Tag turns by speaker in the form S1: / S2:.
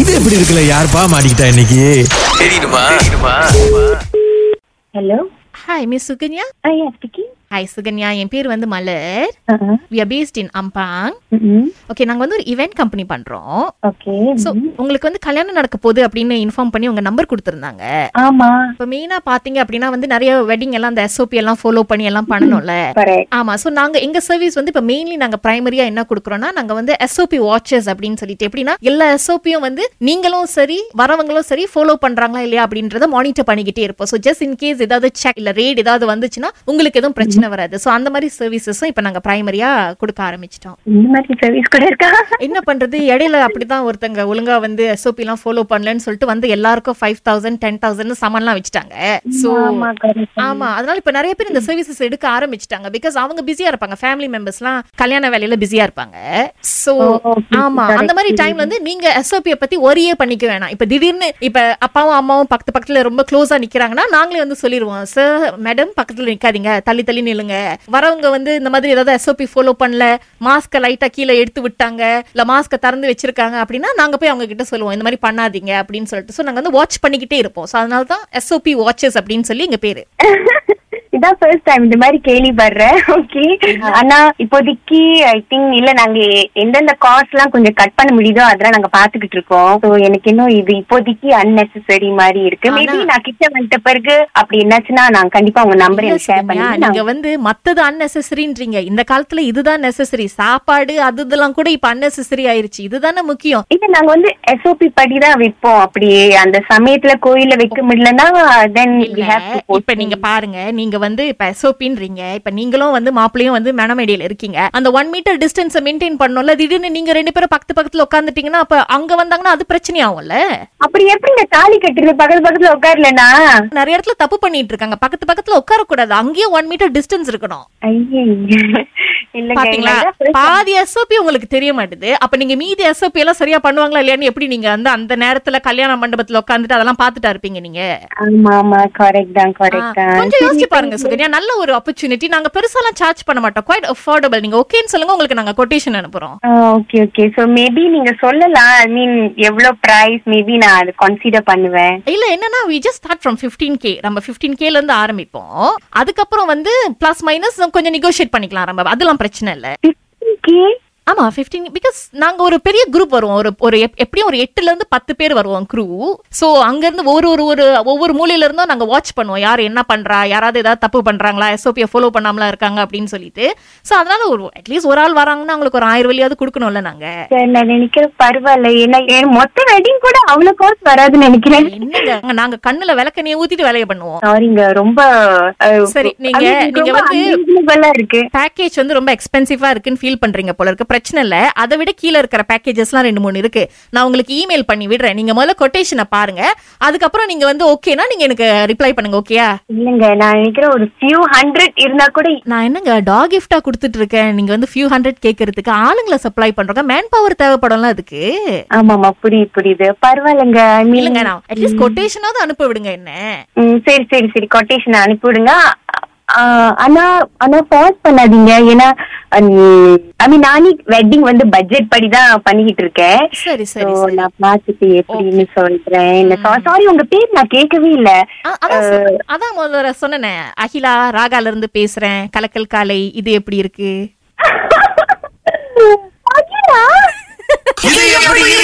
S1: இது எப்படி இருக்குல்ல யாருப்பா மாட்டிக்கிட்டா இன்னைக்கு
S2: ஹலோ
S3: ஹாய் மிஸ் சுகன்யா
S2: ஐயா ஸ்பீக்கிங்
S3: ஹாய் சுகன்யா என் பேர் வந்து Malar
S2: Uh-huh.
S3: we are based in Ampang
S2: Mm-hmm.
S3: Okay நாங்க வந்து ஒரு இவெண்ட் கம்பெனி பண்றோம்
S2: ஓகே
S3: ஸோ உங்களுக்கு வந்து கல்யாணம் நடக்க போகுது அப்படின்னு இன்ஃபார்ம் பண்ணி உங்க நம்பர் கொடுத்துருந்தாங்க
S2: ஆமா
S3: இப்போ மெயினா பாத்தீங்க அப்படின்னா வந்து நிறைய வெட்டிங் எல்லாம் அந்த எஸ்ஓபி எல்லாம் ஃபாலோ பண்ணி எல்லாம் பண்ணணும்ல
S2: கரெக்ட்
S3: ஆமா ஸோ நாங்க எங்க சர்வீஸ் வந்து இப்போ மெயின்லி நாங்க பிரைமரியா என்ன கொடுக்குறோம்னா நாங்க வந்து எஸ்ஓபி வாட்சஸ் அப்படின்னு சொல்லிட்டு எப்படின்னா எல்லா எஸ்ஓபியும் வந்து நீங்களும் சரி வரவங்களும் சரி ஃபாலோ பண்றாங்களா இல்லையா அப்படின்றத மானிட்டர் பண்ணிக்கிட்டே இருப்போம் ஸோ ஜஸ்ட் இன் கேஸ் ஏதாவது செக் இல்ல ரேட் ஏதாவது வந்துச்சுன்னா உங்களுக்கு எதுவும் பிரச்சனை வராது ஸோ அந்த மாதிரி சர்வீசஸும் இப்போ நாங்க பிரைமரியா கொடுக்க ஆரம்பிச்சிட்டோம்
S2: இந்த மாதிரி சர்வீஸ் கூட இருக்கா
S3: என்ன பண்றது இடையில அப்படிதான் ஒருத்தங்க ஒழுங்கா வந்து எஸ்ஓபி எல்லாம் ஃபாலோ பண்ணலன்னு சொல்லிட்டு வந்து எல்லாருக்கும் ஃபைவ் தௌசண்ட் டென் தௌசண்ட் சமன்லாம் வச்சுட்டாங்க ஸோ
S2: ஆமா correct.
S3: ஆமா அதனால இப்ப நிறைய பேர் இந்த சர்வீசஸ் எடுக்க ஆரம்பிச்சிட்டாங்க பிகாஸ் அவங்க பிஸியா இருப்பாங்க ஃபேமிலி மெம்பர்ஸ்லாம் கல்யாண வேலையில பிஸியா இருப்பாங்க சோ
S2: Oh, okay.
S3: ஆமா அந்த மாதிரி டைம்ல வந்து நீங்க எஸ்ஓபியை பத்தி ஒரியே பண்ணிக்க வேணாம் இப்ப திடீர்னு இப்ப அப்பாவும் அம்மாவும் பக்கத்து பக்கத்துல ரொம்ப க்ளோஸா நிக்கிறாங்கன்னா நாங்களே வந்து சொல்லிடுவோம் சார் மேடம் பக்கத்துல நிக்காதீங்க தள்ளி தள்ளி நில்லுங்க வரவங்க வந்து இந்த மாதிரி ஏதாவது எஸ்ஓபி ஃபாலோ பண்ணல மாஸ்க லைட்டா கீழே எடுத்து விட்டாங்க இல்ல மாஸ்க திறந்து வச்சிருக்காங்க அப்படின்னா நாங்க போய் அவங்க கிட்ட சொல்லுவோம் இந்த மாதிரி பண்ணாதீங்க அப்படின்னு சொல்லிட்டு சோ நாங்க வந்து வாட்ச் பண்ணிக்கிட்டே இருப்போம் சோ அதனால தான் எஸ்ஓபி வாட்சஸ் அப்படின்னு சொல்லி எங்க பேரு
S2: இதான் ஃபர்ஸ்ட் டைம் இந்த மாதிரி கேள்விப்படுறேன் ஓகே ஆனா இப்போதைக்கு ஐ திங்க் இல்ல நாங்க எ- எந்தெந்த காஸ்ட் எல்லாம் கொஞ்சம் கட் பண்ண முடியுதோ அதெல்லாம் நாங்க பாத்துக்கிட்டு இருக்கோம் சோ எனக்கு இன்னும் இது இப்போதைக்கு அன்னெசசரி மாதிரி இருக்கு
S3: ஆனா-
S2: மேபி நான் கிட்ட வந்துட்ட பிறகு அப்படி என்னாச்சுன்னா நான் கண்டிப்பா உங்க நம்பர்
S3: இல்ல
S2: எனக்கு ஷேர்
S3: சுகன்யா,
S2: பண்ணி
S3: நீங்க வந்து மத்தது அன்னெசரின்றீங்க இந்த காலத்துல இதுதான் நெசசரி சாப்பாடு அது இதெல்லாம் கூட இப்ப அன்னெசரி ஆயிருச்சு இதுதானே முக்கியம்
S2: இல்ல நாங்க வந்து எஸ்ஓபி படி தான் விற்போம் அப்படியே அந்த சமயத்துல கோயில்ல வைக்க முடியலன்னா தென் வி
S3: இல்ல,
S2: ஹேவ் டு
S3: இப்ப நீங்க பாருங்க நீங்க வந்து இப்ப எஸ்ஓபின்றீங்க இப்ப நீங்களும் வந்து மாப்பிளையும் வந்து மெனமேடியில இருக்கீங்க அந்த ஒன் மீட்டர் டிஸ்டன்ஸ் மெயின்டைன் பண்ணணும்ல திடீர்னு நீங்க ரெண்டு பேரும் பக்கத்து பக்கத்துல உட்காந்துட்டீங்கன்னா அப்ப அங்க வந்தாங்கன்னா அது பிரச்சனை ஆகும்ல
S2: அப்படி எப்படி இந்த தாலி கட்டுறது பக்கத்து பக்கத்துல உட்காரலனா
S3: நிறைய இடத்துல தப்பு பண்ணிட்டு இருக்காங்க பக்கத்து பக்கத்துல உட்கார கூடாது அங்கேயும் ஒன் மீட்டர் டிஸ்டன்ஸ் இருக்கணும் பாத்தீங்களா பாதி எஸ்ஓபி உங்களுக்கு தெரிய மாட்டுது அப்ப நீங்க மீதி எஸ்ஓபி எல்லாம் சரியா பண்ணுவாங்களா இல்லையான்னு எப்படி நீங்க வந்து அந்த நேரத்துல கல்யாண மண்டபத்துல உட்காந்துட்டு அதெல்லாம் பாத்துட்டா இருப்பீங்க நீங்க
S2: ஆமா ஆமா கரெக்ட் தான் கரெக்ட்
S3: ஆ,
S2: தான்
S3: கொஞ்சம் யோசிச்சு பாருங்க சுகன்யா நல்ல ஒரு ஆப்பர்ச்சுனிட்டி நாங்க பெருசாலாம் சார்ஜ் பண்ண மாட்டோம் குவைட் அஃபோர்டபுள் நீங்க ஓகேன்னு சொல்லுங்க உங்களுக்கு நாங்க கொட்டேஷன் அனுப்புறோம்
S2: ஓகே ஓகே சோ மேபி நீங்க சொல்லலாம் ஐ மீன் எவ்வளவு பிரைஸ் மேபி நான் அது கன்சிடர் பண்ணுவேன்
S3: இல்ல என்னன்னா we just start from 15k K நம்ம 15k ல இருந்து ஆரம்பிப்போம் அதுக்கப்புறம் வந்து பிளஸ் மைனஸ் கொஞ்சம் நெகோஷியேட் பண்ணிக்கலாம் நம்ம அதெல்லாம் பிரச்சனை இல்ல
S2: கே
S3: ஆமா 15 பிகாஸ் நாங்க ஒரு பெரிய குரூப் வருவோம் ஒரு ஒரு எப்- எப்படியும் ஒரு எட்டுல இருந்து பத்து பேர் வருவோம் crew சோ அங்க இருந்து ஒரு ஒரு ஒரு ஒவ்வொரு மூலையில இருந்தும் நாங்க வாட்ச் பண்ணுவோம் யார் என்ன பண்றா யாராவது ஏதாவது தப்பு பண்றாங்களா எஸ்ஓபியை ஃபாலோ பண்ணாமலா இருக்காங்க அப்படின்னு சொல்லிட்டு சோ அதனால ஒரு அட்லீஸ்ட் ஒரு ஆள் வராங்கன்னா அவங்களுக்கு ஒரு ஆயிரம் வழியாவது கொடுக்கணும்ல நாங்க
S2: சரி நான் நினைக்கிறேன் பரவாயில்ல ஏன்னா என் மொத்த வெட்டிங் கூட அவ்வளவு கோர்ஸ் வராதுன்னு நினைக்கிறேன்
S3: என்னங்க நாங்க கண்ணுல விளக்கண்ணியை ஊத்திட்டு வேலையை பண்ணுவோம்
S2: சாரிங்க ரொம்ப அஹ்,
S3: சரி, நீங்க-
S2: I mean,
S3: நீங்க
S2: ரொம்ப
S3: வந்து-
S2: unreasonable-ஆ இருக்கு
S3: பேக்கேஜ் வந்து ரொம்ப எக்ஸ்பென்சிவா இருக்குன்னு ஃபீல் பண்றீங்க போல இருக்கு பிரச்சனை இல்ல அதை விட கீழே இருக்கிற பேக்கேஜஸ்லாம் ரெண்டு மூணு இருக்கு நான் உங்களுக்கு இமெயில் பண்ணி விடுறேன் நீங்க முதல்ல கொட்டேஷனை பாருங்க அதுக்கப்புறம் நீங்க வந்து ஓகேனா நீங்க எனக்கு ரிப்ளை பண்ணுங்க ஓகேயா
S2: இல்லங்க நான் நினைக்கிறேன் ஒரு ஃபியூ ஹண்ட்ரட் இருந்தா கூட
S3: நான் என்னங்க டாக் கிஃப்டா கொடுத்துட்டு இருக்கேன் நீங்க வந்து ஃபியூ ஹண்ட்ரட் கேட்கறதுக்கு ஆளுங்களை சப்ளை பண்றோங்க மேன் பவர் தேவைப்படும்ல அதுக்கு
S2: ஆமாமா புரியுது புரியுது பரவாயில்லங்க I mean,
S3: இல்லங்க நான் அட்லீஸ்ட் கொட்டேஷனாவது அனுப்ப விடுங்க என்ன
S2: ம், சரி சரி சரி கொட்டேஷன் அனுப்பிவிடுங்க ஆ, ஆனா ஆனா பாஸ் பண்ணாதீங்க ஏன்னா ஐ மீன் நானே வெட்டிங் வந்து பட்ஜெட் படி தான் பண்ணிக்கிட்டு இருக்கேன்
S3: சரி
S2: So,
S3: சரி சரி
S2: நான் பார்த்துட்டு எப்படின்னு சொல்றேன் சாரி உங்க பேர் நான் கேட்கவே இல்ல
S3: அ- அதான் சொ- அதான் முதல்ல சொன்னேனே அகிலா ராகால இருந்து பேசுறேன் கலக்கல் காலை இது எப்படி இருக்கு
S2: அகிலா?
S1: இது எப்படி
S2: Oh